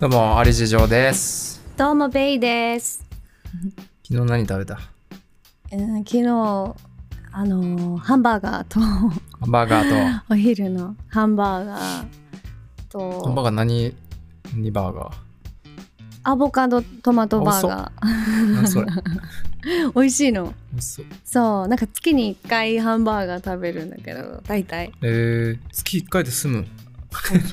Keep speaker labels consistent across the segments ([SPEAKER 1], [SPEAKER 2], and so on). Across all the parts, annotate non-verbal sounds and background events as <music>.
[SPEAKER 1] どうも、アリジ上です。
[SPEAKER 2] どうもベイです。
[SPEAKER 1] 昨日何食べた
[SPEAKER 2] えー昨日あのーハンバーガーと
[SPEAKER 1] ハンバーガー
[SPEAKER 2] <laughs>
[SPEAKER 1] と。ハ
[SPEAKER 2] お昼のハンバーガー
[SPEAKER 1] ンバー
[SPEAKER 2] と
[SPEAKER 1] ガー何何バーガー
[SPEAKER 2] アボカドトマトバーガ
[SPEAKER 1] 何
[SPEAKER 2] <laughs>
[SPEAKER 1] それ
[SPEAKER 2] ー美味しいの。
[SPEAKER 1] 美味しそう。
[SPEAKER 2] そうなんか月に1回ハンバーガー食べるんだけど大体
[SPEAKER 1] えー、月1回で済む。
[SPEAKER 2] ハンバ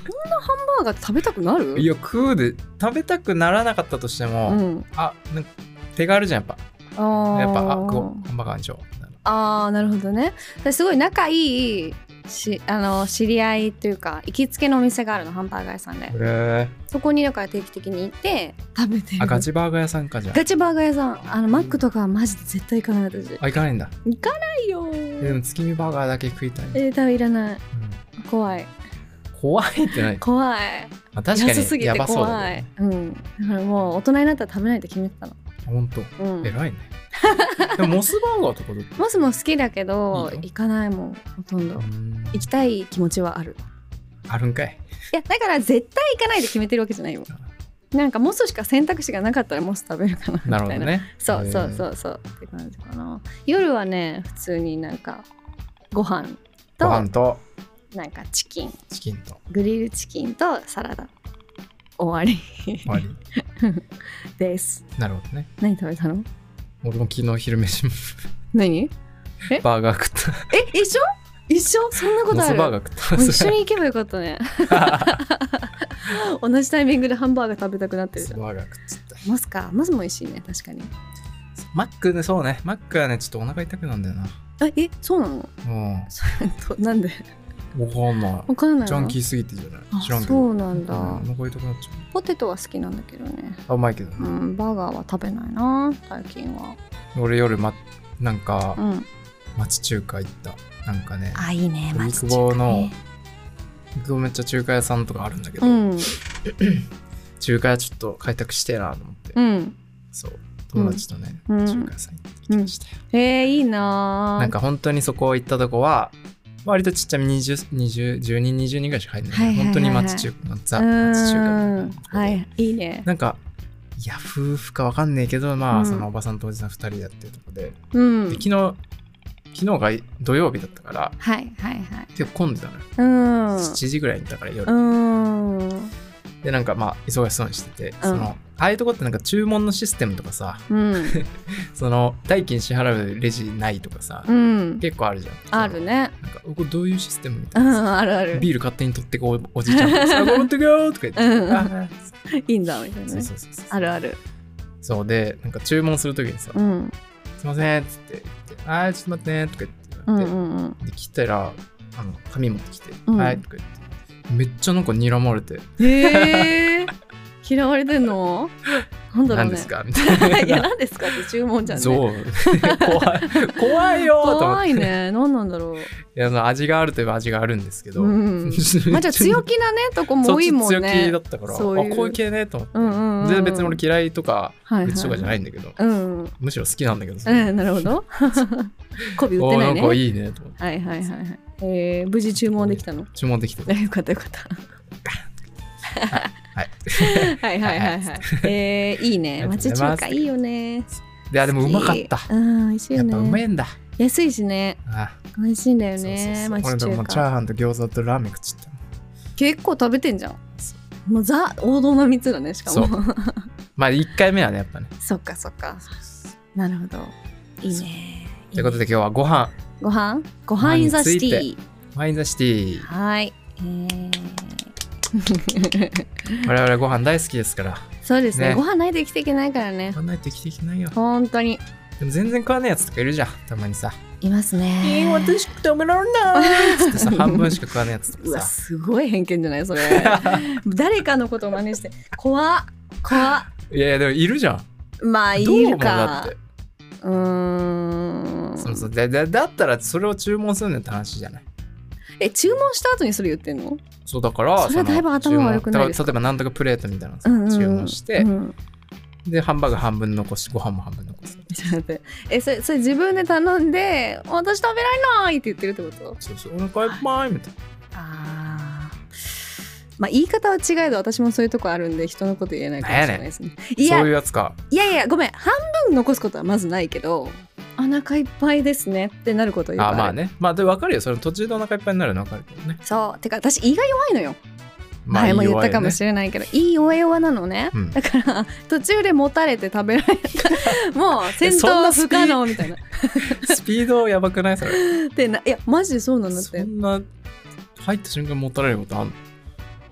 [SPEAKER 2] ーガー食べたくなる
[SPEAKER 1] いや、食うで、食べたくならなかったとしても、
[SPEAKER 2] うん、
[SPEAKER 1] あ、なんか手軽じゃん、やっ
[SPEAKER 2] あ
[SPEAKER 1] ぱ。
[SPEAKER 2] ー
[SPEAKER 1] やっぱ、あ、こう、ハンバーガーにしよう。
[SPEAKER 2] あーなるほどねですごい仲いいしあの知り合いというか行きつけのお店があるのハンバーガー屋さんで
[SPEAKER 1] え
[SPEAKER 2] そこにだから定期的に行って食べて
[SPEAKER 1] ー、
[SPEAKER 2] る
[SPEAKER 1] あ、ガチバーガー屋さんかじゃん。
[SPEAKER 2] ガチバーガー屋さんあのマックとかはマジで絶対行かない私
[SPEAKER 1] あ、行かないんだ。
[SPEAKER 2] 行かないよ
[SPEAKER 1] えでも月見バーガーだけ食いたい。
[SPEAKER 2] えー、多分いらない
[SPEAKER 1] うん
[SPEAKER 2] 怖い
[SPEAKER 1] 怖いって
[SPEAKER 2] <laughs>
[SPEAKER 1] ない。
[SPEAKER 2] 怖い
[SPEAKER 1] まあ、確か
[SPEAKER 2] 安す
[SPEAKER 1] に
[SPEAKER 2] ぎ
[SPEAKER 1] や
[SPEAKER 2] て
[SPEAKER 1] ばそう
[SPEAKER 2] 怖
[SPEAKER 1] だ
[SPEAKER 2] い
[SPEAKER 1] ね。
[SPEAKER 2] う、ん、だからもう大人になったら食べないって決めてたの
[SPEAKER 1] ほんと。
[SPEAKER 2] うん
[SPEAKER 1] 偉
[SPEAKER 2] <laughs>
[SPEAKER 1] いね。でもモスバーガーとかどっ
[SPEAKER 2] モスも好きだけど
[SPEAKER 1] いいの
[SPEAKER 2] 行かないもんほとんど
[SPEAKER 1] うん
[SPEAKER 2] 行きたい気持ちはある
[SPEAKER 1] あるんかい。
[SPEAKER 2] いやだから絶対行かないで決めてるわけじゃないよなんかモスしか選択肢がなかったらモス食べるかなみたい
[SPEAKER 1] な
[SPEAKER 2] な
[SPEAKER 1] るほどね。
[SPEAKER 2] そうそう
[SPEAKER 1] う。
[SPEAKER 2] そうそうって感じかな夜はね普通になんかご飯と
[SPEAKER 1] ご飯と
[SPEAKER 2] なんかチキン
[SPEAKER 1] チキンと
[SPEAKER 2] グリルチキンとサラダ終わ
[SPEAKER 1] 終わ
[SPEAKER 2] <laughs>
[SPEAKER 1] り。
[SPEAKER 2] りです
[SPEAKER 1] なるほどね。
[SPEAKER 2] 何食べたの
[SPEAKER 1] 俺も昨日昼飯も
[SPEAKER 2] 何
[SPEAKER 1] バーガー食っ
[SPEAKER 2] え一緒一緒そんな
[SPEAKER 1] た。
[SPEAKER 2] こ
[SPEAKER 1] モ
[SPEAKER 2] とあ
[SPEAKER 1] ス
[SPEAKER 2] る
[SPEAKER 1] バーガー食
[SPEAKER 2] もう
[SPEAKER 1] っ
[SPEAKER 2] 一
[SPEAKER 1] た。
[SPEAKER 2] 緒に行けばよかっ
[SPEAKER 1] <laughs>
[SPEAKER 2] たね同じタイミングでハンバーガー食べたくなっ
[SPEAKER 1] モ
[SPEAKER 2] てる
[SPEAKER 1] ス
[SPEAKER 2] じゃん
[SPEAKER 1] バーガー食っちゃった。
[SPEAKER 2] モスかモスも美味しいね確かに
[SPEAKER 1] マックね、そうね。マックはね、ちょっとお腹痛くなんだよな。
[SPEAKER 2] あえそうなの
[SPEAKER 1] う
[SPEAKER 2] と <laughs> なんで
[SPEAKER 1] ん。わかんな。
[SPEAKER 2] わかんないい
[SPEAKER 1] ジャン
[SPEAKER 2] の
[SPEAKER 1] キーすぎてじゃない。
[SPEAKER 2] あ
[SPEAKER 1] 知らんけど。
[SPEAKER 2] そうなんだ、
[SPEAKER 1] うんお腹痛くなっちゃ
[SPEAKER 2] ポテトは好きなんだけどね
[SPEAKER 1] う。あ、うまいけど
[SPEAKER 2] う
[SPEAKER 1] ね。
[SPEAKER 2] んバーガーは食べないな最近は
[SPEAKER 1] 俺夜、ま、なんか
[SPEAKER 2] う、ん
[SPEAKER 1] 町中華行った。なんかね、
[SPEAKER 2] あいいね
[SPEAKER 1] 荻
[SPEAKER 2] 町
[SPEAKER 1] 窪
[SPEAKER 2] 中華
[SPEAKER 1] の
[SPEAKER 2] ね
[SPEAKER 1] 僕もめっちゃ中華屋さんとかあるんだけど
[SPEAKER 2] う、ん
[SPEAKER 1] 中華屋ちょっと開拓してえなと思って。
[SPEAKER 2] うん
[SPEAKER 1] そう。友達とね、
[SPEAKER 2] うん
[SPEAKER 1] 中華屋さん行ってきましたよ。
[SPEAKER 2] えー、いいな
[SPEAKER 1] なんか本当にそこ行ったとこは割とちっちゃめ20 20 10人20人ぐらいしか入んない,、
[SPEAKER 2] はいはいはい
[SPEAKER 1] 本当に町中華のザ
[SPEAKER 2] うーん
[SPEAKER 1] 町中華みたいな
[SPEAKER 2] はいいいね
[SPEAKER 1] なんかいや夫婦かわかんないけどまあ、
[SPEAKER 2] うん
[SPEAKER 1] そのおばさんとおじさん2人でやってるとこで,で、
[SPEAKER 2] うんはい
[SPEAKER 1] 昨日昨日が土曜日だったから
[SPEAKER 2] はいはい
[SPEAKER 1] 結構混んでたのよ、
[SPEAKER 2] うん
[SPEAKER 1] 7時ぐらいにだから夜、
[SPEAKER 2] うん
[SPEAKER 1] でなんかまあ忙しそうにしてて、
[SPEAKER 2] うん
[SPEAKER 1] そのああいうとこってなんか注文のシステムとかさ
[SPEAKER 2] うん
[SPEAKER 1] <laughs> その代金支払うレジないとかさ、
[SPEAKER 2] うん
[SPEAKER 1] 結構あるじゃん
[SPEAKER 2] あるね
[SPEAKER 1] なんかこれどういうシステムみた
[SPEAKER 2] う
[SPEAKER 1] いなさ
[SPEAKER 2] んあるある
[SPEAKER 1] ビール勝手に取ってこうおじいちゃんが「さあこれ持ってくよ」とか言って
[SPEAKER 2] うん
[SPEAKER 1] あ
[SPEAKER 2] いいんだみた
[SPEAKER 1] ー
[SPEAKER 2] いな
[SPEAKER 1] そう
[SPEAKER 2] ね
[SPEAKER 1] そうそうそう
[SPEAKER 2] あるある
[SPEAKER 1] そうでなんか注文するときにさ「
[SPEAKER 2] うん
[SPEAKER 1] すいません」っつって言って「あーちょっと待ってね」とか言って言わ
[SPEAKER 2] うんう
[SPEAKER 1] れて、
[SPEAKER 2] んうん
[SPEAKER 1] で来たらあの紙持ってきて「
[SPEAKER 2] うん
[SPEAKER 1] はい」とか言ってめっちゃなんか睨まれて
[SPEAKER 2] へえ嫌われて
[SPEAKER 1] <laughs>
[SPEAKER 2] んのな
[SPEAKER 1] 「
[SPEAKER 2] んだろ
[SPEAKER 1] 何
[SPEAKER 2] う
[SPEAKER 1] で
[SPEAKER 2] ね
[SPEAKER 1] すか?」みたい
[SPEAKER 2] <laughs> いや
[SPEAKER 1] な。
[SPEAKER 2] 何ですかって注文じゃんね
[SPEAKER 1] そう <laughs> 怖い怖いよーと思っ
[SPEAKER 2] 怖
[SPEAKER 1] て
[SPEAKER 2] いね何なんだろう
[SPEAKER 1] いやその味があるといえば味があるんですけど、 <laughs>
[SPEAKER 2] うんまあじゃあ強気なねとこも多いもん
[SPEAKER 1] そっち強気
[SPEAKER 2] ね
[SPEAKER 1] だったから
[SPEAKER 2] そういう
[SPEAKER 1] あこういう系ねと思って、
[SPEAKER 2] うんうんうん
[SPEAKER 1] 全然別に俺嫌いとか
[SPEAKER 2] はいはい
[SPEAKER 1] 別とかじゃないんだけど、
[SPEAKER 2] うんうん
[SPEAKER 1] むしろ好きなんだけどさ、
[SPEAKER 2] うんなる
[SPEAKER 1] <laughs>
[SPEAKER 2] ほど媚び売っ
[SPEAKER 1] お
[SPEAKER 2] て
[SPEAKER 1] ー
[SPEAKER 2] ない
[SPEAKER 1] んか
[SPEAKER 2] ね
[SPEAKER 1] いいねと思って
[SPEAKER 2] はいはいはいはいえー無事注文できたの
[SPEAKER 1] 注文できてて
[SPEAKER 2] よかったよかった
[SPEAKER 1] はい
[SPEAKER 2] はいはいはいはい。えー、いいね。
[SPEAKER 1] ありがとう
[SPEAKER 2] 町
[SPEAKER 1] ございま
[SPEAKER 2] 中
[SPEAKER 1] す
[SPEAKER 2] 華いいよね。
[SPEAKER 1] であでもうまかった
[SPEAKER 2] うん、美味しい
[SPEAKER 1] や
[SPEAKER 2] よ
[SPEAKER 1] っぱうめ
[SPEAKER 2] ね。
[SPEAKER 1] えんだ
[SPEAKER 2] 安いしね。
[SPEAKER 1] あ
[SPEAKER 2] 美味しいんだよ
[SPEAKER 1] そうそう
[SPEAKER 2] ね。
[SPEAKER 1] そう俺
[SPEAKER 2] 町
[SPEAKER 1] でもも
[SPEAKER 2] 中
[SPEAKER 1] うチャー
[SPEAKER 2] 華。
[SPEAKER 1] ハンと餃子とラーメン食っちゃった
[SPEAKER 2] 結構食べてんじゃん
[SPEAKER 1] そ。
[SPEAKER 2] もうザ王道の3つだね、しかも。そ
[SPEAKER 1] まあ1回目はねやっぱね
[SPEAKER 2] っかそっか。なるほど。いいね。
[SPEAKER 1] ということで今日はご飯
[SPEAKER 2] ご飯ご飯インザシティ。
[SPEAKER 1] ワインザシティ
[SPEAKER 2] はい。えー
[SPEAKER 1] 我々ご飯大好きですから
[SPEAKER 2] そうですね
[SPEAKER 1] ね
[SPEAKER 2] ご飯ないと生きていけないからね
[SPEAKER 1] 食わないと生きていけないよ
[SPEAKER 2] 本当に
[SPEAKER 1] でも全然食わないやつとかいるじゃんたまにさ
[SPEAKER 2] いま
[SPEAKER 1] 「
[SPEAKER 2] す
[SPEAKER 1] え
[SPEAKER 2] ね
[SPEAKER 1] 私食べられない」つってさ
[SPEAKER 2] <laughs>
[SPEAKER 1] 半分しか食わないやつと
[SPEAKER 2] う
[SPEAKER 1] か
[SPEAKER 2] わ
[SPEAKER 1] さ
[SPEAKER 2] すごい偏見じゃないそ <laughs> れ誰かのことを真似して怖っ怖っ
[SPEAKER 1] いやいやでもいるじゃん
[SPEAKER 2] まあい
[SPEAKER 1] どう
[SPEAKER 2] る
[SPEAKER 1] もだっ
[SPEAKER 2] か
[SPEAKER 1] て
[SPEAKER 2] うーん
[SPEAKER 1] そうそうででだったらそれを注文するのって話じゃない
[SPEAKER 2] え注文した後にそれ言ってんの
[SPEAKER 1] そうだから
[SPEAKER 2] それはだいぶ
[SPEAKER 1] の
[SPEAKER 2] 頭悪くないです
[SPEAKER 1] 注文
[SPEAKER 2] か
[SPEAKER 1] 例えばなんとかプレートみたいなのさ
[SPEAKER 2] うんうんうん
[SPEAKER 1] 注文して
[SPEAKER 2] う、ん、
[SPEAKER 1] でハンバーグ半分残しご飯も半分残す
[SPEAKER 2] ちょっと待ってえそれそれ自分で頼んで私食べられないって言ってるってこと
[SPEAKER 1] そうそうお腹いっぱいみたいな
[SPEAKER 2] あーまあ、言い方は違えど私もそういうとこあるんで人のこと言えないかもしれないですねい
[SPEAKER 1] そ
[SPEAKER 2] や
[SPEAKER 1] ういうやつか
[SPEAKER 2] いやいやごめん半分残すことはまずないけどお腹いっぱいですねってなることはよくあ
[SPEAKER 1] あ
[SPEAKER 2] る
[SPEAKER 1] まあねまあで分かるよその途中でお腹いっぱいになるの分かるけどね、
[SPEAKER 2] そうてか私胃が弱いのよ
[SPEAKER 1] まあ、
[SPEAKER 2] 前も言ったかもし
[SPEAKER 1] れ
[SPEAKER 2] れないけど、いいおえおなのね、
[SPEAKER 1] うん
[SPEAKER 2] だから途中でもたれて食べられたもう戦闘は不可能みたいな
[SPEAKER 1] ない
[SPEAKER 2] <laughs>
[SPEAKER 1] ねスピードやばくないそれ
[SPEAKER 2] でないやマジでそうなんだっ
[SPEAKER 1] そ
[SPEAKER 2] て
[SPEAKER 1] んな入った瞬間持たれることあんの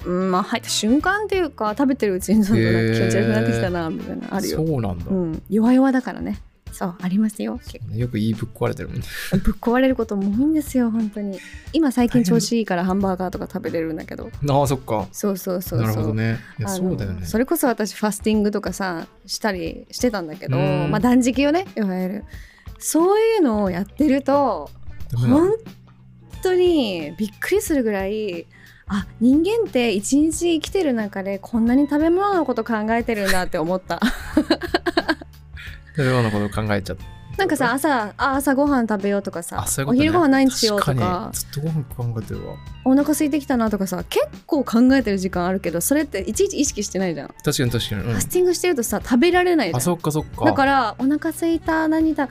[SPEAKER 2] うんまあ入った瞬間っていうか食べてるうちにどんどんなんか気持ち悪くなってきたなみたいなあるよ、
[SPEAKER 1] そうなんだ、
[SPEAKER 2] うん、弱々だからねそうありますよ結
[SPEAKER 1] よく言いぶっ壊れてるもんね
[SPEAKER 2] 構ぶっ壊れることも多いんですよ本当に今最近調子いいからハンバーガーとか食べれるんだけど
[SPEAKER 1] <laughs> ああそっか
[SPEAKER 2] そうそうそうそう
[SPEAKER 1] なるほどねいや
[SPEAKER 2] あの
[SPEAKER 1] そうだよね
[SPEAKER 2] それこそ私ファスティングとかさしたりしてたんだけど、
[SPEAKER 1] うん
[SPEAKER 2] まあ断食をねいわゆるそういうのをやってると
[SPEAKER 1] ダメなの
[SPEAKER 2] 本当にびっくりするぐらいあ人間って一日生きてる中でこんなに食べ物のこと考えてるんだって思った
[SPEAKER 1] <laughs> 食べ物のこと考えちゃった
[SPEAKER 2] なんかさ朝あ朝ごはん食べようとかさ
[SPEAKER 1] あそういうこと、
[SPEAKER 2] お
[SPEAKER 1] ね、
[SPEAKER 2] 昼ごはん何にしようとか
[SPEAKER 1] 確かにずっとご飯考えてるわ
[SPEAKER 2] お腹空いてきたなとかさ結構考えてる時間あるけどそれっていちいち意識してないじゃん、
[SPEAKER 1] 確かに確かに、うん
[SPEAKER 2] ファスティングしてるとさ食べられないじゃん
[SPEAKER 1] あそっかそっか
[SPEAKER 2] だからお腹空いた何だ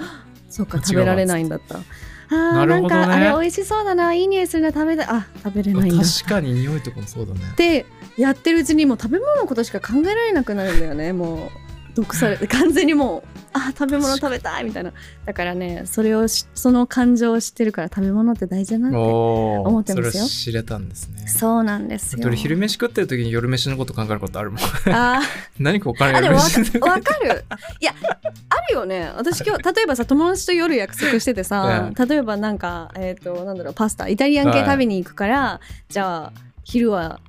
[SPEAKER 2] そうか
[SPEAKER 1] 違うわ
[SPEAKER 2] 食べられないんだったあー
[SPEAKER 1] なるほどね
[SPEAKER 2] なんかあれ美味しそうだないい匂いするな食べたいあ食べれないんだっ
[SPEAKER 1] 確かに匂いとかもそうだね
[SPEAKER 2] てやってるうちにもう食べ物のことしか考えられなくなるんだよねもう毒されて完全にもうあー食べ物食べたいみたいなだからねそれをしその感情を知ってるから食べ物って大事だなって
[SPEAKER 1] おお
[SPEAKER 2] 思ってますよ
[SPEAKER 1] それを知れたんですね
[SPEAKER 2] そうなんですよ
[SPEAKER 1] 俺昼飯食ってる時に夜飯のこと考えることあるもん <laughs>
[SPEAKER 2] あー
[SPEAKER 1] 何かお金
[SPEAKER 2] あでも
[SPEAKER 1] 夜
[SPEAKER 2] わ
[SPEAKER 1] 飯 <laughs>
[SPEAKER 2] かわかるいやあるよね私今日例えばさ友達と夜約束しててさ、例えばなんかえっ、となんだろうパスタイタリアン系
[SPEAKER 1] はい
[SPEAKER 2] 食べに行くから、じゃあ昼は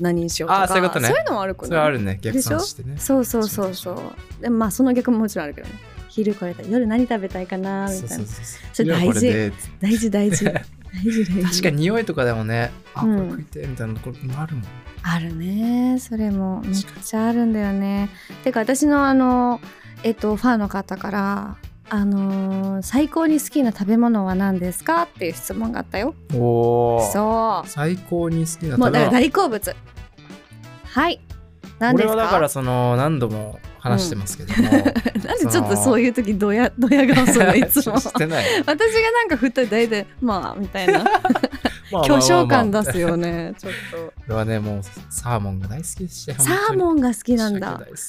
[SPEAKER 2] 何にしようとか
[SPEAKER 1] あそういうことね
[SPEAKER 2] いうのもあるか
[SPEAKER 1] それはあ
[SPEAKER 2] な
[SPEAKER 1] るね逆算してね
[SPEAKER 2] そうそうそうそうでもまあその逆ももちろんあるけどね昼これだ夜何食べたいかなみたい
[SPEAKER 1] そ
[SPEAKER 2] な
[SPEAKER 1] うそうそう
[SPEAKER 2] それ大事
[SPEAKER 1] いやこれで
[SPEAKER 2] 大事
[SPEAKER 1] <laughs>
[SPEAKER 2] 大事大事大
[SPEAKER 1] 確
[SPEAKER 2] 事
[SPEAKER 1] かに匂いとかでもねあこ
[SPEAKER 2] う
[SPEAKER 1] れ
[SPEAKER 2] ん
[SPEAKER 1] 食いてえみたいなところあるもん、
[SPEAKER 2] あるねそれもめっちゃあるんだよねてか私のあのえっとファンの方からあのー最高に好きな食べ物は何ですかっていう質問があったよ
[SPEAKER 1] おお
[SPEAKER 2] そ
[SPEAKER 1] 最高に好きな
[SPEAKER 2] うもう
[SPEAKER 1] 食べ
[SPEAKER 2] だから
[SPEAKER 1] 物
[SPEAKER 2] 大好物はい何で
[SPEAKER 1] 俺
[SPEAKER 2] すか
[SPEAKER 1] はだからその何度も話してますけども、
[SPEAKER 2] なん <laughs> でちょっとそういう時ドヤ <laughs> ドヤ顔するのいつ
[SPEAKER 1] <laughs>
[SPEAKER 2] も
[SPEAKER 1] してない
[SPEAKER 2] <laughs> 私がなんか振ったら大体まあ
[SPEAKER 1] <laughs>
[SPEAKER 2] みたいな巨匠感出すよねちょっと
[SPEAKER 1] 俺はねもうサーモンが大好きですし
[SPEAKER 2] サーモンが好きなん
[SPEAKER 1] 鮭
[SPEAKER 2] だ
[SPEAKER 1] 大好き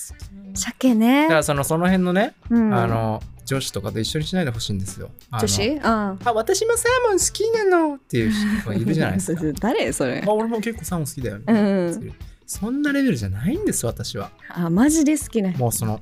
[SPEAKER 2] 鮭
[SPEAKER 1] だ
[SPEAKER 2] ね
[SPEAKER 1] からそのその辺のね、
[SPEAKER 2] うん
[SPEAKER 1] あの女子とかと一緒にしないでほしいんですよあの
[SPEAKER 2] 女子うん
[SPEAKER 1] あ私もサーモン好きなのっていう人がいるじゃないですか
[SPEAKER 2] 誰それ
[SPEAKER 1] あ俺も結構サーモン好きだよ、ね
[SPEAKER 2] うん
[SPEAKER 1] そんなレベルじゃないんです私は
[SPEAKER 2] あマジで好きな人
[SPEAKER 1] もうその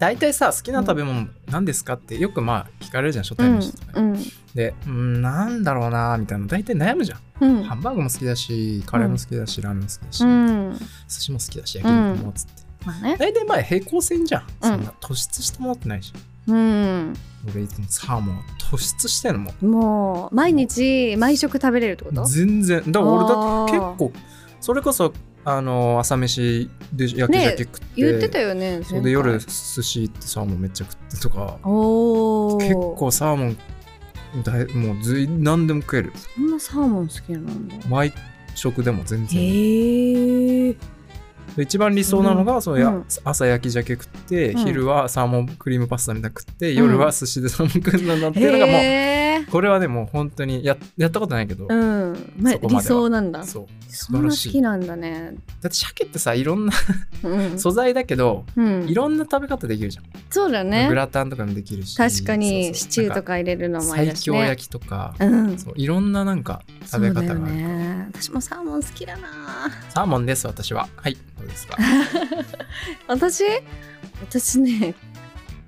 [SPEAKER 1] 大体さ好きな食べ物何ですかってよくまあ聞かれるじゃん初
[SPEAKER 2] う
[SPEAKER 1] 対面
[SPEAKER 2] ん
[SPEAKER 1] の人とかに、
[SPEAKER 2] うん
[SPEAKER 1] でうんなんだろうなみたいな大体悩むじゃん、
[SPEAKER 2] うん
[SPEAKER 1] ハンバーグも好きだしカレーも好きだし、ラーメンも好きだし、
[SPEAKER 2] うん
[SPEAKER 1] 寿司も好きだし焼肉もっつって、
[SPEAKER 2] まあね
[SPEAKER 1] 大体まあ平行線じゃん、そんな突出したものってないし
[SPEAKER 2] うん
[SPEAKER 1] 俺いつもサーモンは突出してんのもう
[SPEAKER 2] もう毎日毎食食べれるってこと
[SPEAKER 1] 全然だから俺だって結
[SPEAKER 2] あー
[SPEAKER 1] 構それこそあの朝飯で焼き
[SPEAKER 2] ね
[SPEAKER 1] 鮭食って,、
[SPEAKER 2] 言ってたよね
[SPEAKER 1] それで夜寿司行ってサーモンめっちゃ食ってとか
[SPEAKER 2] おお
[SPEAKER 1] 結構サーモンだいもうずい何でも食える
[SPEAKER 2] そんなサーモン好きなんだ
[SPEAKER 1] 毎食でも全然、
[SPEAKER 2] へえ
[SPEAKER 1] で一番理想なのが、そうや
[SPEAKER 2] うん
[SPEAKER 1] 朝焼き鮭食って、
[SPEAKER 2] うん
[SPEAKER 1] 昼はサーモンクリームパスタみたいなの食って、
[SPEAKER 2] ん
[SPEAKER 1] 夜は寿司でサーモン食うんだなっていうのがもう、
[SPEAKER 2] へえ
[SPEAKER 1] これはでも本当にややったことないけど、
[SPEAKER 2] うんま
[SPEAKER 1] そこまで
[SPEAKER 2] 理
[SPEAKER 1] は
[SPEAKER 2] 想なんだ
[SPEAKER 1] そう素
[SPEAKER 2] そん
[SPEAKER 1] 晴
[SPEAKER 2] な
[SPEAKER 1] ら
[SPEAKER 2] 好
[SPEAKER 1] しい
[SPEAKER 2] きなんだね
[SPEAKER 1] だって鮭ってさいろんな
[SPEAKER 2] うん
[SPEAKER 1] 素材だけど、
[SPEAKER 2] うん
[SPEAKER 1] いろんな食べ方できるじゃん、
[SPEAKER 2] そうだ
[SPEAKER 1] グ
[SPEAKER 2] ね
[SPEAKER 1] ラタンとかもできるし
[SPEAKER 2] 確か
[SPEAKER 1] そう
[SPEAKER 2] に
[SPEAKER 1] そう
[SPEAKER 2] シチューとか入れるの
[SPEAKER 1] なん
[SPEAKER 2] も
[SPEAKER 1] か
[SPEAKER 2] あり
[SPEAKER 1] 最
[SPEAKER 2] だし
[SPEAKER 1] 強
[SPEAKER 2] ね
[SPEAKER 1] 焼きとか、
[SPEAKER 2] うん
[SPEAKER 1] そういろんななんか食べ方がある
[SPEAKER 2] そうだよね私もサーモン好きだな
[SPEAKER 1] サーモンです私ははいどうです
[SPEAKER 2] <laughs>
[SPEAKER 1] か
[SPEAKER 2] 私私ね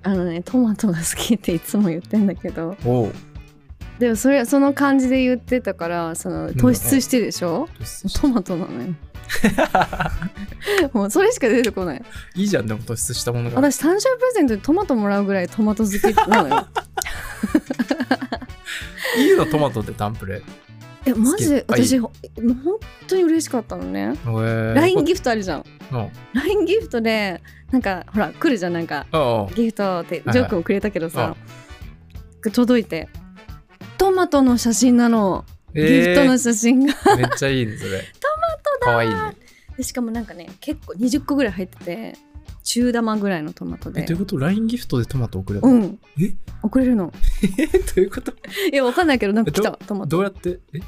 [SPEAKER 2] あのねトマトが好きっていつも言ってんだけど
[SPEAKER 1] おお
[SPEAKER 2] でもそれその感じで言ってたからその突出してるでしょトマトな
[SPEAKER 1] <laughs>
[SPEAKER 2] のよもうそれしか出てこない
[SPEAKER 1] いいじゃんでも突出したものが
[SPEAKER 2] 私誕生日プレゼントでトマトもらうぐらいトマト好きな
[SPEAKER 1] <laughs>
[SPEAKER 2] のよ
[SPEAKER 1] いいのトマトでタンプレ
[SPEAKER 2] えマジで
[SPEAKER 1] 好きあいい
[SPEAKER 2] 私ほもう本当に嬉しかったのね
[SPEAKER 1] へー
[SPEAKER 2] LINE ギフトあるじゃん
[SPEAKER 1] うん
[SPEAKER 2] LINE ギフトでなんかほら来るじゃんなんか
[SPEAKER 1] ああ
[SPEAKER 2] ギフトって
[SPEAKER 1] はい
[SPEAKER 2] ジョークをくれたけどさ、
[SPEAKER 1] は
[SPEAKER 2] 届いてトマトの写真なの、
[SPEAKER 1] えー
[SPEAKER 2] ギフトの写真が <laughs>
[SPEAKER 1] めっちゃいいねそれトマトだかわいいね
[SPEAKER 2] でしかもなんかね結構20個ぐらい入ってて中玉ぐらいのトマト
[SPEAKER 1] え
[SPEAKER 2] で
[SPEAKER 1] ということ LINE ギフトでトマト送れた <laughs>
[SPEAKER 2] う
[SPEAKER 1] の、
[SPEAKER 2] ん
[SPEAKER 1] え
[SPEAKER 2] 送れ
[SPEAKER 1] <laughs>
[SPEAKER 2] るの
[SPEAKER 1] えどういうこと
[SPEAKER 2] いやわかんないけどなんか来
[SPEAKER 1] え
[SPEAKER 2] たトマト
[SPEAKER 1] どうやってえ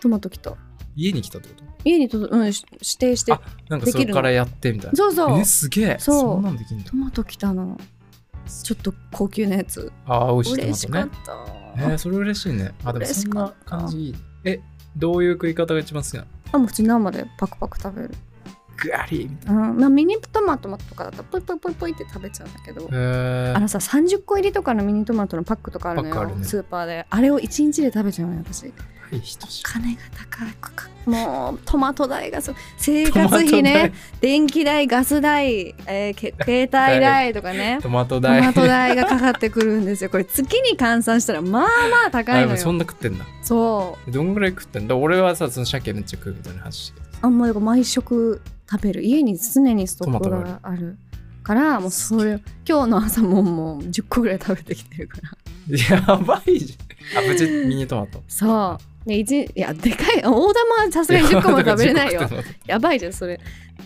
[SPEAKER 2] トマト来た
[SPEAKER 1] 家に来たってこと
[SPEAKER 2] 家にとど、うん、し指定して
[SPEAKER 1] あなんかそれからやってみたいな
[SPEAKER 2] そうそう
[SPEAKER 1] えすげえ
[SPEAKER 2] そう
[SPEAKER 1] そんなんできんだ
[SPEAKER 2] トマト来たのちょっと高級なやつ
[SPEAKER 1] ああ美味しいト
[SPEAKER 2] 嬉
[SPEAKER 1] マ
[SPEAKER 2] し
[SPEAKER 1] ト
[SPEAKER 2] かっ
[SPEAKER 1] ね
[SPEAKER 2] た、
[SPEAKER 1] えー、それ嬉しいねあでも
[SPEAKER 2] 嬉
[SPEAKER 1] そ
[SPEAKER 2] し
[SPEAKER 1] ん
[SPEAKER 2] かっ
[SPEAKER 1] な
[SPEAKER 2] た
[SPEAKER 1] 感じいいえどういう食い方が一番好きなの
[SPEAKER 2] あもう普通に生でパクパク食べる、
[SPEAKER 1] グワリみたい
[SPEAKER 2] うんまあ、ミニトマトとかだったらポイポイポイポイって食べちゃうんだけど、
[SPEAKER 1] な
[SPEAKER 2] あ
[SPEAKER 1] へえ
[SPEAKER 2] のさ30個入りとかのミニトマトのパックとかあるの
[SPEAKER 1] パッ
[SPEAKER 2] よ
[SPEAKER 1] クあるね
[SPEAKER 2] スーパーであれを1日で食べちゃうのよ私
[SPEAKER 1] はい一品
[SPEAKER 2] 金が高くかもうトマト代がそう生活費ね電気代ガス代、えーけ携帯代とかね
[SPEAKER 1] <laughs> トマト
[SPEAKER 2] ト
[SPEAKER 1] 代
[SPEAKER 2] マト代がかかってくるんですよこれ月に換算したらまあまあ高
[SPEAKER 1] あ
[SPEAKER 2] い
[SPEAKER 1] で
[SPEAKER 2] の
[SPEAKER 1] もそ
[SPEAKER 2] よ
[SPEAKER 1] んな食ってんだ
[SPEAKER 2] そ
[SPEAKER 1] どんぐらい食ってんだ俺はさその鮭めっちゃ食うみたいな話してたけ
[SPEAKER 2] うあんまり毎食食べる家に常にストック
[SPEAKER 1] トマト
[SPEAKER 2] があるからもうそれを今日の朝ももう10個ぐらい食べてきてるから
[SPEAKER 1] どやばいじゃんあ無事ミニトマト
[SPEAKER 2] そう。で、一いや、でかい、大玉はさすがに10個も食べ
[SPEAKER 1] <laughs>
[SPEAKER 2] れないよ
[SPEAKER 1] 10。個食ってんの
[SPEAKER 2] やばいじゃん、それ。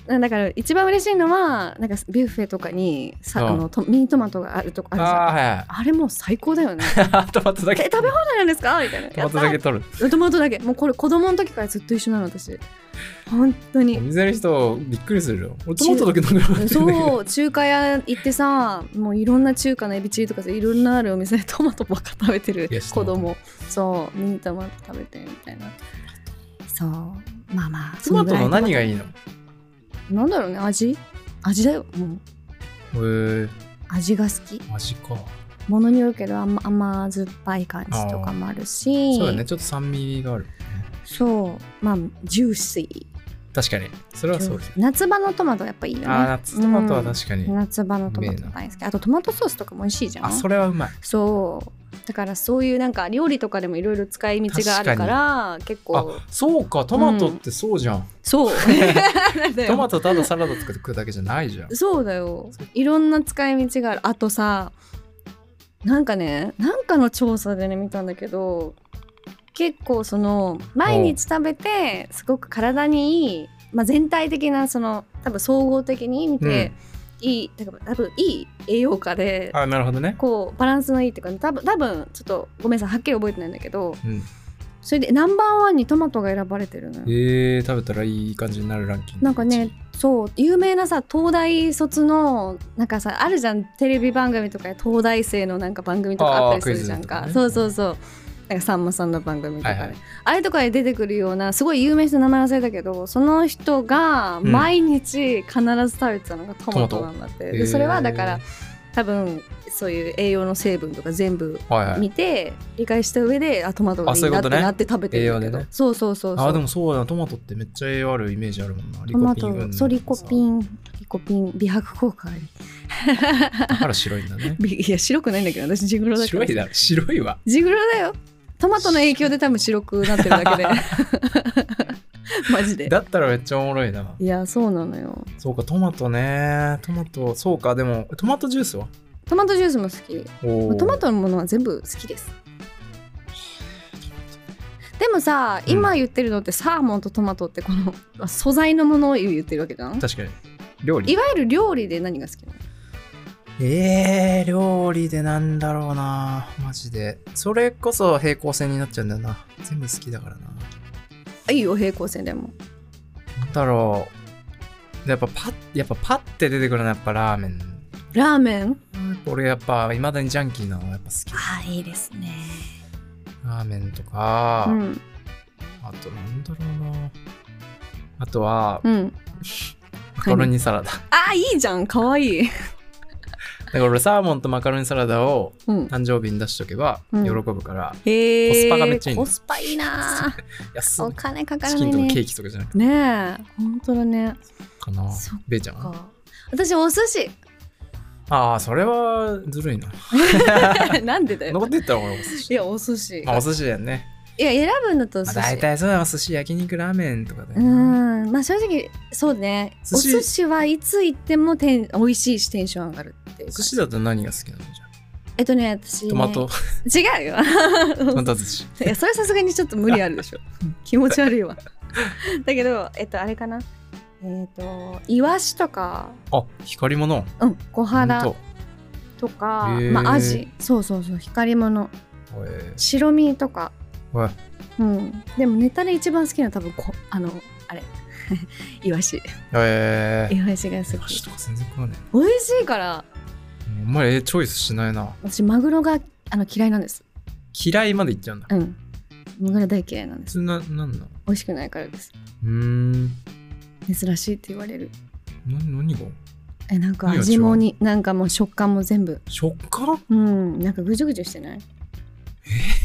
[SPEAKER 2] なだから、一番嬉しいのは、なんかビュッフェとかにさ
[SPEAKER 1] うん
[SPEAKER 2] あのとミニトマトがあるとこあるじゃん。
[SPEAKER 1] あ
[SPEAKER 2] あ
[SPEAKER 1] ーはい
[SPEAKER 2] れもう最高だよね。 <laughs>
[SPEAKER 1] はいトマトだ
[SPEAKER 2] え、
[SPEAKER 1] け
[SPEAKER 2] 食べ放題なんですかみたいな。
[SPEAKER 1] トマトだけ
[SPEAKER 2] やっ
[SPEAKER 1] 取る
[SPEAKER 2] たートマトだけ。もうこれ、子供の時からずっと一緒なの、私。本当
[SPEAKER 1] お
[SPEAKER 2] に。
[SPEAKER 1] 店の人びっくりするよ俺トマトだけ飲んでるんだけど
[SPEAKER 2] そう中華屋行ってさもういろんな中華のエビチリとかさいろんなあるお店でトマトばっか食べてる
[SPEAKER 1] いや知って
[SPEAKER 2] 子
[SPEAKER 1] ます
[SPEAKER 2] 供そうミニトマト食べてみたいなそうまあまあ
[SPEAKER 1] トマトの何が
[SPEAKER 2] い
[SPEAKER 1] いいのへ
[SPEAKER 2] なんだろうね味味だよも
[SPEAKER 1] え
[SPEAKER 2] う味が好き
[SPEAKER 1] マジか
[SPEAKER 2] ものによるけど甘甘酸っぱい感じとかもあるし
[SPEAKER 1] そうだねちょっと酸味があるね
[SPEAKER 2] そうまあジューシ
[SPEAKER 1] 確かにそれは
[SPEAKER 2] ー
[SPEAKER 1] そうです
[SPEAKER 2] 夏場のトマトやっぱいいよね
[SPEAKER 1] あー夏トマトは確かに、
[SPEAKER 2] うん夏場のトマト
[SPEAKER 1] うめえな
[SPEAKER 2] 大好きあとトマトソースとかも美味しいじゃん
[SPEAKER 1] あそれはうまい
[SPEAKER 2] そうだからそういうなんか料理とかでもいろいろ使い道があるから結構
[SPEAKER 1] あそうかトマトってそうじゃん、 <laughs>
[SPEAKER 2] そうなんだよ
[SPEAKER 1] トマトただサラダとかで食うだけじゃないじゃん
[SPEAKER 2] <laughs> そうだよいろんな使い道があるあとさなんかねなんかの調査でね見たんだけど結構その毎日食べてすごく体にいい、まあ、全体的なその多分総合的に見て、いいだから多分いい栄養価で
[SPEAKER 1] あなるほどね
[SPEAKER 2] こうバランスのいいっていうか、多分多分ちょっとごめんなさいはっきり覚えてないんだけど
[SPEAKER 1] うん、
[SPEAKER 2] それでナンバーワンにトマトが選ばれてるのよ。
[SPEAKER 1] えー、食べたらいい感じになるランキング
[SPEAKER 2] なんかねそう有名なさ東大卒のなんかさあるじゃんテレビ番組とかで東大生のなんか番組とかあったりするじゃん
[SPEAKER 1] あー
[SPEAKER 2] か
[SPEAKER 1] クイズとか
[SPEAKER 2] そう
[SPEAKER 1] ね
[SPEAKER 2] そうそうなんかさんまさんの番組とかで、
[SPEAKER 1] はいはい
[SPEAKER 2] あれとかで出てくるようなすごい有名な人の名前忘れたけどその人が
[SPEAKER 1] うん
[SPEAKER 2] 毎日必ず食べてたのがトマトなんだって、
[SPEAKER 1] へ
[SPEAKER 2] で
[SPEAKER 1] ー
[SPEAKER 2] それはだから多分そういう栄養の成分とか全部
[SPEAKER 1] はいはい
[SPEAKER 2] 見て理解した上であトマトがいい
[SPEAKER 1] あそういうこ
[SPEAKER 2] なって
[SPEAKER 1] とね
[SPEAKER 2] なって食べてるんだけ
[SPEAKER 1] 栄
[SPEAKER 2] ど
[SPEAKER 1] 養でね
[SPEAKER 2] そうそうそうそう
[SPEAKER 1] あでもそうだなトマトってめっちゃ栄養あるイメージあるもんなリ
[SPEAKER 2] トマ
[SPEAKER 1] コピン
[SPEAKER 2] ト、そうリコピ
[SPEAKER 1] ン
[SPEAKER 2] ン、リコピン、美白効果あり。
[SPEAKER 1] だから白いんだね
[SPEAKER 2] び <laughs> いや、白くないんだけど、私、ジグロだか
[SPEAKER 1] 白
[SPEAKER 2] ら
[SPEAKER 1] い。だ白いわ
[SPEAKER 2] ジグロだよ。トマトの影響で多分白くなってるだ
[SPEAKER 1] <laughs>
[SPEAKER 2] けで。 <laughs> マジで。
[SPEAKER 1] だったらめっちゃおもろいない
[SPEAKER 2] や、そうなのよ。
[SPEAKER 1] そうかトマトねトマトそうかでもトマトジュースは
[SPEAKER 2] トマトジュースも好き。
[SPEAKER 1] おー
[SPEAKER 2] トマトのものは全部好きです。でもさ、今言ってるのってサーモンとトマトってこのあ素材のものを言ってるわけじゃん
[SPEAKER 1] 確かに料理
[SPEAKER 2] いわゆる料理で何が好きなの
[SPEAKER 1] えー、料理でなんだろうなマジでそれこそ平行線になっちゃうんだよな全部好きだからな
[SPEAKER 2] あいいよ、平行線でも。
[SPEAKER 1] なんだろうやっぱパッやっぱパッて出てくるのはやっぱラーメン
[SPEAKER 2] ラーメン
[SPEAKER 1] 俺やっぱいまだにジャンキーなのがやっぱ好き
[SPEAKER 2] ああ、いいですね。
[SPEAKER 1] ラーメンとか、
[SPEAKER 2] うん。
[SPEAKER 1] あとなんだろうなあとは
[SPEAKER 2] うん。
[SPEAKER 1] マカロニサラダ
[SPEAKER 2] あいいじゃんかわいい、
[SPEAKER 1] だから俺サーモンとマカロニサラダを
[SPEAKER 2] うん、
[SPEAKER 1] 誕生日に出しとけば
[SPEAKER 2] うん
[SPEAKER 1] 喜ぶから、
[SPEAKER 2] へえ
[SPEAKER 1] コスパがめっちゃいいね
[SPEAKER 2] コスパいいなあ
[SPEAKER 1] 安
[SPEAKER 2] お
[SPEAKER 1] い
[SPEAKER 2] 金かから
[SPEAKER 1] チ
[SPEAKER 2] な
[SPEAKER 1] キ
[SPEAKER 2] い
[SPEAKER 1] ンとのケ
[SPEAKER 2] ね
[SPEAKER 1] ーキとかじゃなくて
[SPEAKER 2] ねえほんとだね
[SPEAKER 1] かな
[SPEAKER 2] そっか
[SPEAKER 1] ベイちゃんは
[SPEAKER 2] 私お寿
[SPEAKER 1] <laughs>
[SPEAKER 2] 司
[SPEAKER 1] ああそれはずるいな
[SPEAKER 2] なんでだよ
[SPEAKER 1] 残ってったら俺お寿司
[SPEAKER 2] いやお寿司、
[SPEAKER 1] まあお寿司だよね、
[SPEAKER 2] いや選ぶんだったら
[SPEAKER 1] ま
[SPEAKER 2] 寿
[SPEAKER 1] あ、
[SPEAKER 2] 司、
[SPEAKER 1] 大体そうだよお寿司焼肉ラーメンとかで、
[SPEAKER 2] う
[SPEAKER 1] ね、
[SPEAKER 2] んまあ正直そうね
[SPEAKER 1] 寿司
[SPEAKER 2] お寿司はいつ行ってもてん美味しいしテンション上がるっていう
[SPEAKER 1] 寿
[SPEAKER 2] か
[SPEAKER 1] 司だと何が好きなのじゃ
[SPEAKER 2] えっとね私
[SPEAKER 1] ん
[SPEAKER 2] ね
[SPEAKER 1] トマト、
[SPEAKER 2] 違うよ
[SPEAKER 1] トマト寿司
[SPEAKER 2] <laughs> い
[SPEAKER 1] <laughs>
[SPEAKER 2] やそれさすがにちょっと無理あるでしょ気持ち悪いわだけどえっとあれかなえっ、とイワシとか、
[SPEAKER 1] あ、光り物。
[SPEAKER 2] うん、小
[SPEAKER 1] ほん
[SPEAKER 2] 腹
[SPEAKER 1] と
[SPEAKER 2] とか、
[SPEAKER 1] へー
[SPEAKER 2] まあ、アジそうそうそう光り物
[SPEAKER 1] え
[SPEAKER 2] 白身とか、
[SPEAKER 1] ーはい
[SPEAKER 2] うん、でもネタで一番好きなのは多分こあのあれ <laughs> イワシ
[SPEAKER 1] えー
[SPEAKER 2] イワシが好
[SPEAKER 1] イワシ
[SPEAKER 2] き
[SPEAKER 1] とか全然食わね
[SPEAKER 2] 美味しいから
[SPEAKER 1] え。もうお前、ええチョイスしないな。
[SPEAKER 2] 私マグロがあの嫌いなんです
[SPEAKER 1] 嫌いまでいっちゃうんだ。
[SPEAKER 2] うんマグロ大嫌いなんです
[SPEAKER 1] そんな、なんなん
[SPEAKER 2] 美味しくないからです
[SPEAKER 1] うーん。
[SPEAKER 2] 珍しいって言われる
[SPEAKER 1] な何が
[SPEAKER 2] えなんか
[SPEAKER 1] いや
[SPEAKER 2] 味もになんかもう食感も全部
[SPEAKER 1] 食感
[SPEAKER 2] うんなんかぐじゅぐじゅしてない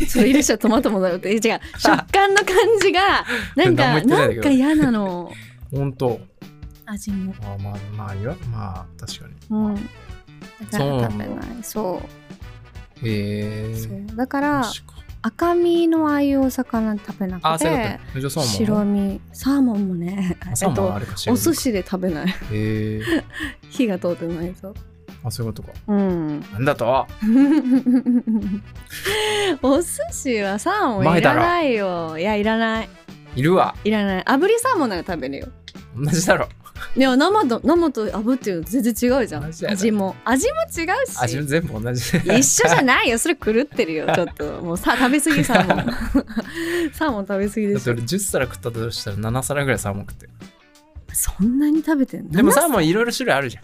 [SPEAKER 2] それ入れちゃトマトもだよってえ違う食感の感じがなんか
[SPEAKER 1] 何も言ってない
[SPEAKER 2] なん
[SPEAKER 1] だけど
[SPEAKER 2] んか嫌なの
[SPEAKER 1] ほんと。
[SPEAKER 2] 味も
[SPEAKER 1] あまあ、まあ、いわまあ、確かに。
[SPEAKER 2] うんだから
[SPEAKER 1] そう
[SPEAKER 2] 食
[SPEAKER 1] な
[SPEAKER 2] べ
[SPEAKER 1] ん
[SPEAKER 2] ないそう
[SPEAKER 1] へえ。
[SPEAKER 2] そうだから
[SPEAKER 1] マジか
[SPEAKER 2] 赤身のああいうお魚食べな
[SPEAKER 1] あ、
[SPEAKER 2] く
[SPEAKER 1] そういう
[SPEAKER 2] て
[SPEAKER 1] こと。じゃあ、そう
[SPEAKER 2] 白
[SPEAKER 1] も。
[SPEAKER 2] 身サーモンもね
[SPEAKER 1] あ
[SPEAKER 2] え
[SPEAKER 1] サー
[SPEAKER 2] っ
[SPEAKER 1] モンは
[SPEAKER 2] と
[SPEAKER 1] あれかし
[SPEAKER 2] お寿司で食べない <laughs>
[SPEAKER 1] へえ。
[SPEAKER 2] 火が通ってないと
[SPEAKER 1] あ、そういうことか。
[SPEAKER 2] うん
[SPEAKER 1] なんだと
[SPEAKER 2] <laughs> お寿司はサーモンいらないよいやいらない
[SPEAKER 1] いるわ。
[SPEAKER 2] いらない炙りサーモンなら食べるよ
[SPEAKER 1] 同じだろ。
[SPEAKER 2] いや生と生と炙ってるの全然違うじゃん
[SPEAKER 1] 同じだよ
[SPEAKER 2] 味も味も違うし
[SPEAKER 1] 味も全部同じ。 <laughs>
[SPEAKER 2] 一緒じゃないよそれ狂ってるよちょっともうさ食べ過ぎサーモ
[SPEAKER 1] <laughs>
[SPEAKER 2] ンサーモン食べ過ぎで
[SPEAKER 1] だって
[SPEAKER 2] しょ
[SPEAKER 1] 俺10皿食ったとしたら7皿ぐらいサーモン食ってる
[SPEAKER 2] そんなに食べてんの
[SPEAKER 1] でもサーモンいろいろ種類あるじゃん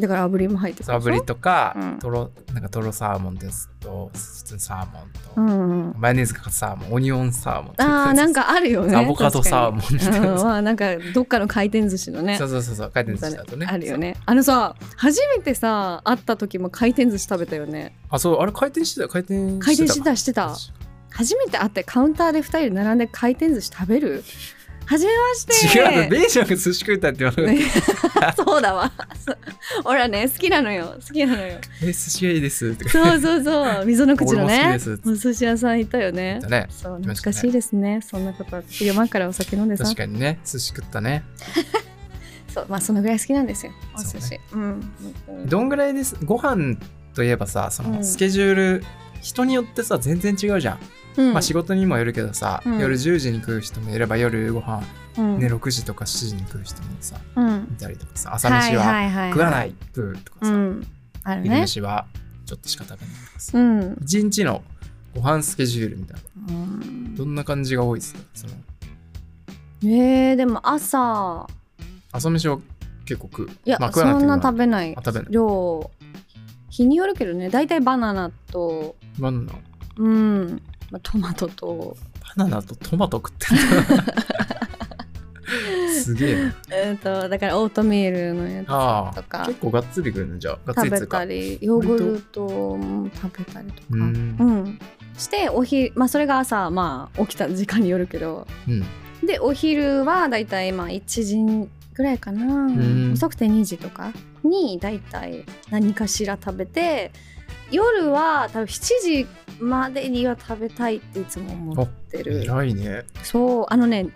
[SPEAKER 2] だから炙りも入って
[SPEAKER 1] サブリとか、
[SPEAKER 2] うん
[SPEAKER 1] トロなんかトロサーモンですと普通にサーモン
[SPEAKER 2] う
[SPEAKER 1] と、
[SPEAKER 2] んうん
[SPEAKER 1] マヨネーズかかったサーモンオニオンサーモン
[SPEAKER 2] あーなんかあるよね
[SPEAKER 1] アボカドサーモンみたい
[SPEAKER 2] 確かにうん
[SPEAKER 1] な、
[SPEAKER 2] まあなんかどっかの回転寿司のね
[SPEAKER 1] そうそうそうそう回転寿司だとね
[SPEAKER 2] あるよねあのさ初めてさ会った時も回転寿司食べたよね
[SPEAKER 1] あそうあれ回転してた回転してた
[SPEAKER 2] 回転してたしてた初めて会ってカウンターで2人で並んで回転寿司食べる初めまして
[SPEAKER 1] 違うのベーシャンが寿司食いたいって言われる、
[SPEAKER 2] <laughs> そうだわそう俺はね好きなのよ好きなのよ
[SPEAKER 1] え寿司がいいですって言
[SPEAKER 2] そうそうそう溝の口の
[SPEAKER 1] 俺も好
[SPEAKER 2] ね
[SPEAKER 1] きです
[SPEAKER 2] お寿司屋さんいたよね
[SPEAKER 1] ったね
[SPEAKER 2] そう
[SPEAKER 1] きま
[SPEAKER 2] 懐
[SPEAKER 1] したね
[SPEAKER 2] かしいですねそんなことあって夜間からお酒飲んでさ
[SPEAKER 1] 確かにね寿司食ったね
[SPEAKER 2] そうまあそのぐらい好きなんですよお寿
[SPEAKER 1] そう
[SPEAKER 2] 司うん本
[SPEAKER 1] どんぐらいですご飯といえばさそのスケジュール、人によってさ全然違うじゃん
[SPEAKER 2] 当にうん
[SPEAKER 1] まあ仕事にもよるけどさ、
[SPEAKER 2] うん
[SPEAKER 1] 夜10時に食う人もいれば夜ご飯
[SPEAKER 2] うん
[SPEAKER 1] ね6時とか7時に食う人もさ
[SPEAKER 2] うん
[SPEAKER 1] いたりとかさ朝飯は食わない食うとか
[SPEAKER 2] う
[SPEAKER 1] さ、
[SPEAKER 2] んある
[SPEAKER 1] 昼
[SPEAKER 2] ね
[SPEAKER 1] 飯はちょっとしか食べないとかさ、
[SPEAKER 2] うん
[SPEAKER 1] 一日のご飯スケジュールみたいな
[SPEAKER 2] うん
[SPEAKER 1] どんな感じが多いですかその
[SPEAKER 2] えーでも朝
[SPEAKER 1] 朝飯は結構食う
[SPEAKER 2] いや、
[SPEAKER 1] まあ、食わな
[SPEAKER 2] そ
[SPEAKER 1] くて
[SPEAKER 2] ん
[SPEAKER 1] も
[SPEAKER 2] な食べない
[SPEAKER 1] あ食べない
[SPEAKER 2] 量日によるけどね大体バナナと
[SPEAKER 1] バナナバ
[SPEAKER 2] うん、まあ、トマトと、
[SPEAKER 1] ナナとトマト食ってんだすげえな
[SPEAKER 2] えー、とだからオートミールのや
[SPEAKER 1] あ
[SPEAKER 2] つと
[SPEAKER 1] あ
[SPEAKER 2] か
[SPEAKER 1] 結構がっつり食うのじゃあがっつり
[SPEAKER 2] 食
[SPEAKER 1] つ
[SPEAKER 2] べ
[SPEAKER 1] うか
[SPEAKER 2] たりヨーグルトも食べたりとか
[SPEAKER 1] う
[SPEAKER 2] うん、
[SPEAKER 1] ん
[SPEAKER 2] しておひまあそれが朝まあ起きた時間によるけど
[SPEAKER 1] うん
[SPEAKER 2] でお昼はだいたいまあ1時ぐらいかな、
[SPEAKER 1] ん
[SPEAKER 2] 遅くて2時とかにだいたい何かしら食べて夜は多分7時までには食べたいっていつも思ってる
[SPEAKER 1] 偉いね
[SPEAKER 2] そうあのね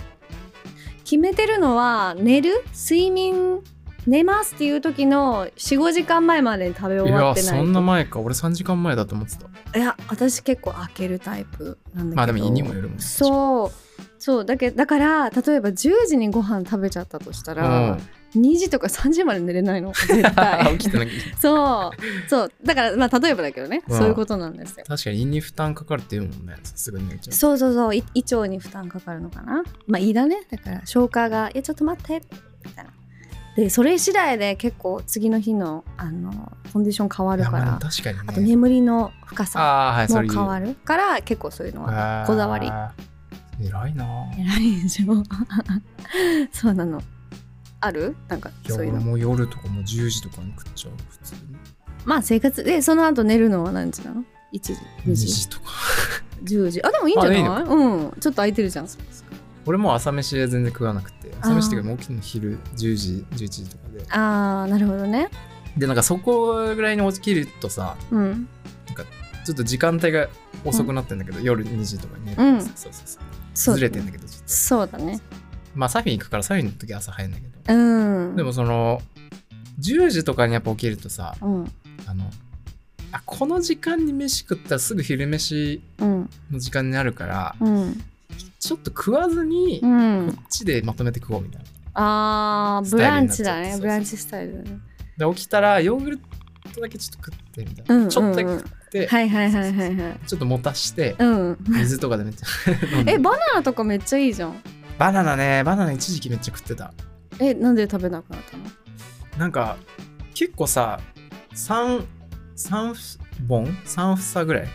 [SPEAKER 2] 決めてるのは寝る睡眠寝ますっていう時の45時間前までに食べ
[SPEAKER 1] い
[SPEAKER 2] 終わ
[SPEAKER 1] や
[SPEAKER 2] ってないと
[SPEAKER 1] そんな前か俺3時間前だと思ってた
[SPEAKER 2] いや私結構開けるタイプなんだけど
[SPEAKER 1] まあでも胃にもよるもんね
[SPEAKER 2] そうそうだけだから例えば10時にご飯食べちゃったとしたら、2
[SPEAKER 1] <laughs>
[SPEAKER 2] 時とか3時まで寝れないの絶
[SPEAKER 1] うん
[SPEAKER 2] 対
[SPEAKER 1] <laughs> 起きてなきゃ
[SPEAKER 2] そうそうだからまあ例えばだけどね、
[SPEAKER 1] うん
[SPEAKER 2] そういうことなんですよ
[SPEAKER 1] 確かに胃に負担かかるっていうもんねさすがにねちゃん
[SPEAKER 2] そうそうそうい胃腸に負担かかるのかなまあ胃だねだから消化が「いやちょっと待って」みたいなでそれ次第で結構次の日のあのコンディション変わ
[SPEAKER 1] い
[SPEAKER 2] る
[SPEAKER 1] や
[SPEAKER 2] か
[SPEAKER 1] まあでも
[SPEAKER 2] ら
[SPEAKER 1] 確かにね
[SPEAKER 2] あと眠りの深さ
[SPEAKER 1] ああはい
[SPEAKER 2] も
[SPEAKER 1] それ
[SPEAKER 2] 変わるから結構そういうのは
[SPEAKER 1] る
[SPEAKER 2] こだわり
[SPEAKER 1] 偉いなぁい
[SPEAKER 2] 偉いでしょ <laughs> そうなのあるなんか
[SPEAKER 1] や
[SPEAKER 2] そう
[SPEAKER 1] 俺
[SPEAKER 2] いうの
[SPEAKER 1] もう夜とかもう10時とかに食っちゃう普通に
[SPEAKER 2] まあ生活でその後寝るのは何時なの ?1 時2
[SPEAKER 1] 2
[SPEAKER 2] 時
[SPEAKER 1] 時とか
[SPEAKER 2] 10時あでもいいんじゃない
[SPEAKER 1] あいいの
[SPEAKER 2] うんちょっと空いてるじゃん
[SPEAKER 1] 俺もう朝飯全然食わなくて朝飯っていうかもう起きるの昼10時11時とかで
[SPEAKER 2] あーなるほどね
[SPEAKER 1] でなんかそこぐらいに起きるとさ
[SPEAKER 2] うん
[SPEAKER 1] ちょっと時間帯が遅くなってんだけど、夜2時とかに寝る
[SPEAKER 2] うん
[SPEAKER 1] そうそうそう
[SPEAKER 2] そう
[SPEAKER 1] ずれてんだけどちょっと
[SPEAKER 2] そうだね
[SPEAKER 1] まあサフィン行くからサフィンの時朝早いんだけど
[SPEAKER 2] うん
[SPEAKER 1] でもその10時とかにやっぱ起きるとさ
[SPEAKER 2] うん
[SPEAKER 1] あのあこの時間に飯食ったらすぐ昼飯
[SPEAKER 2] うん
[SPEAKER 1] の時間になるから、
[SPEAKER 2] うん
[SPEAKER 1] ちょっと食わずに
[SPEAKER 2] う
[SPEAKER 1] こ
[SPEAKER 2] ん
[SPEAKER 1] っちでまとめて食おうみたいな、
[SPEAKER 2] あーブランチだね
[SPEAKER 1] スタイルになっちゃって
[SPEAKER 2] ブランチスタイルだね
[SPEAKER 1] で起きたらヨーグルトだけちょっと食ってみたいな、
[SPEAKER 2] うんうんうん
[SPEAKER 1] ちょっとだけ食って、
[SPEAKER 2] はいはいはいはいはい
[SPEAKER 1] ちょっと持たして
[SPEAKER 2] うん
[SPEAKER 1] 水とかでめっちゃ <laughs> 飲んで
[SPEAKER 2] えバナナとかめっちゃいいじゃん
[SPEAKER 1] バナナねバナナ一時期めっちゃ食ってた
[SPEAKER 2] えなんで食べなくなったの
[SPEAKER 1] なんか結構さ 3, 三本 ?3 房ぐらいん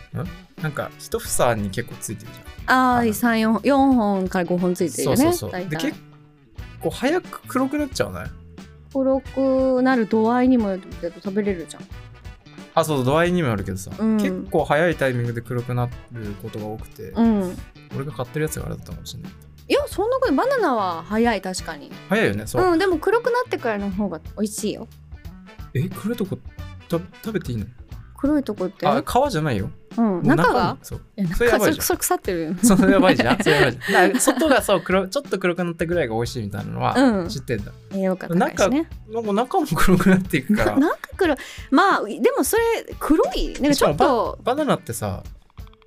[SPEAKER 1] なんか1房に結構ついてるじゃん
[SPEAKER 2] あ
[SPEAKER 1] はい
[SPEAKER 2] ー三四四本から五本ついてるよね
[SPEAKER 1] そうそうそう
[SPEAKER 2] 大
[SPEAKER 1] で
[SPEAKER 2] 体
[SPEAKER 1] 結構早く黒くなっちゃうね
[SPEAKER 2] 黒くなる度合いにもよるけど食べれるじゃん
[SPEAKER 1] あそうそう度合いにもよるけどさ、
[SPEAKER 2] うん
[SPEAKER 1] 結構早いタイミングで黒くなることが多くて、
[SPEAKER 2] うん
[SPEAKER 1] 俺が買ってるやつがあれだったかもしれない
[SPEAKER 2] いやそんなことバナナは早い確かに
[SPEAKER 1] 早いよねそう、
[SPEAKER 2] うんでも黒くなってからの方が美味しいよ
[SPEAKER 1] え黒いとこた食べていいの
[SPEAKER 2] 黒いとこって
[SPEAKER 1] あ皮じゃないよ
[SPEAKER 2] うん中が
[SPEAKER 1] にそう
[SPEAKER 2] いや
[SPEAKER 1] それや
[SPEAKER 2] 中
[SPEAKER 1] ばいじ
[SPEAKER 2] そ
[SPEAKER 1] ゃん
[SPEAKER 2] そ腐ってる
[SPEAKER 1] それやばいじ
[SPEAKER 2] <laughs>
[SPEAKER 1] ゃん。それやばいじゃん。だから外がそう黒ちょっと黒くなったぐらいが美味しいみたいなの
[SPEAKER 2] う
[SPEAKER 1] は
[SPEAKER 2] ん
[SPEAKER 1] 知ってんだ。
[SPEAKER 2] 栄養価高いしね
[SPEAKER 1] なんか中も黒くなっていくか
[SPEAKER 2] な <laughs>
[SPEAKER 1] ら。
[SPEAKER 2] なんか黒いまあでもそれ黒いなんかちょっ
[SPEAKER 1] しか
[SPEAKER 2] と
[SPEAKER 1] バナナってさ、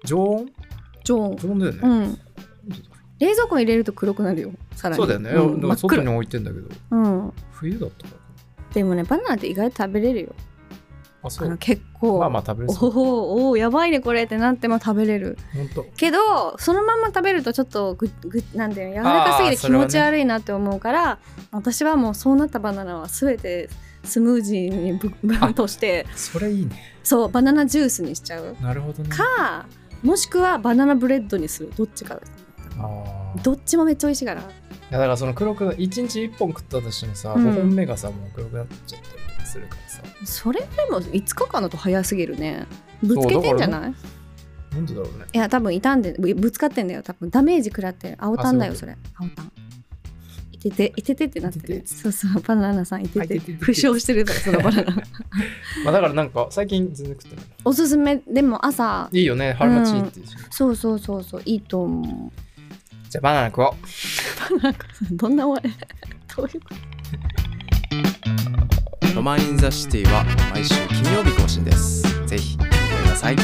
[SPEAKER 1] 常温
[SPEAKER 2] 常温
[SPEAKER 1] 常温だよね。
[SPEAKER 2] うん冷蔵庫に入れると黒くなるよさらに
[SPEAKER 1] そうだよね。
[SPEAKER 2] うん、
[SPEAKER 1] だから
[SPEAKER 2] 真っ
[SPEAKER 1] 外
[SPEAKER 2] 黒
[SPEAKER 1] に置いてんだけど、
[SPEAKER 2] うん
[SPEAKER 1] 冬だったからか
[SPEAKER 2] でもねバナナって意外と食べれるよ
[SPEAKER 1] な。あ、そ
[SPEAKER 2] あの
[SPEAKER 1] う。
[SPEAKER 2] 結構
[SPEAKER 1] まあまあ食べれそ
[SPEAKER 2] お
[SPEAKER 1] う。
[SPEAKER 2] おおおやばいねこれってなっても食べれる
[SPEAKER 1] ほんと。
[SPEAKER 2] けどそのまま食べるとちょっとぐぐなんていうの柔らかすぎて
[SPEAKER 1] あーそ
[SPEAKER 2] 気
[SPEAKER 1] れはね
[SPEAKER 2] 持ち悪いなって思うから、私はもうそうなったバナナは全てスムージーにぶぶ
[SPEAKER 1] あ
[SPEAKER 2] として
[SPEAKER 1] それいいね。
[SPEAKER 2] そうバナナジュースにしちゃう
[SPEAKER 1] なるほどね。
[SPEAKER 2] かもしくはバナナブレッドにするどっちか
[SPEAKER 1] あーい
[SPEAKER 2] どっちもめっちゃ美味しいから
[SPEAKER 1] やだからその黒くな一日一本食ったとしてもさ、
[SPEAKER 2] う
[SPEAKER 1] 五
[SPEAKER 2] ん
[SPEAKER 1] 本目がさもう黒くなっちゃったりとかするからさ。
[SPEAKER 2] それでも5日間だと早すぎるねぶつけてんじゃない
[SPEAKER 1] なんでだ <laughs> ろうね。
[SPEAKER 2] いや多分傷んでぶぶつかってんだよ多分ダメージ食らってる青たんだよ
[SPEAKER 1] あ
[SPEAKER 2] そ
[SPEAKER 1] そう
[SPEAKER 2] れ青たんいてていててってなって
[SPEAKER 1] いて
[SPEAKER 2] る
[SPEAKER 1] て
[SPEAKER 2] そうそうバナナさんいて
[SPEAKER 1] あい
[SPEAKER 2] て
[SPEAKER 1] てていてて
[SPEAKER 2] 負傷してるからそのバ
[SPEAKER 1] <laughs>
[SPEAKER 2] ナナ
[SPEAKER 1] まあだからなんか最近全然食ってない。
[SPEAKER 2] おすすめでも朝
[SPEAKER 1] いいよね、春巻きっていうし。
[SPEAKER 2] そうそうそうそういいと思う
[SPEAKER 1] じゃあバナナ食おう。
[SPEAKER 2] なんかどんな終わりどういうこと
[SPEAKER 1] ロマン・イン・ザ・シティは毎週金曜日更新です。ぜひ、ごめんなさい。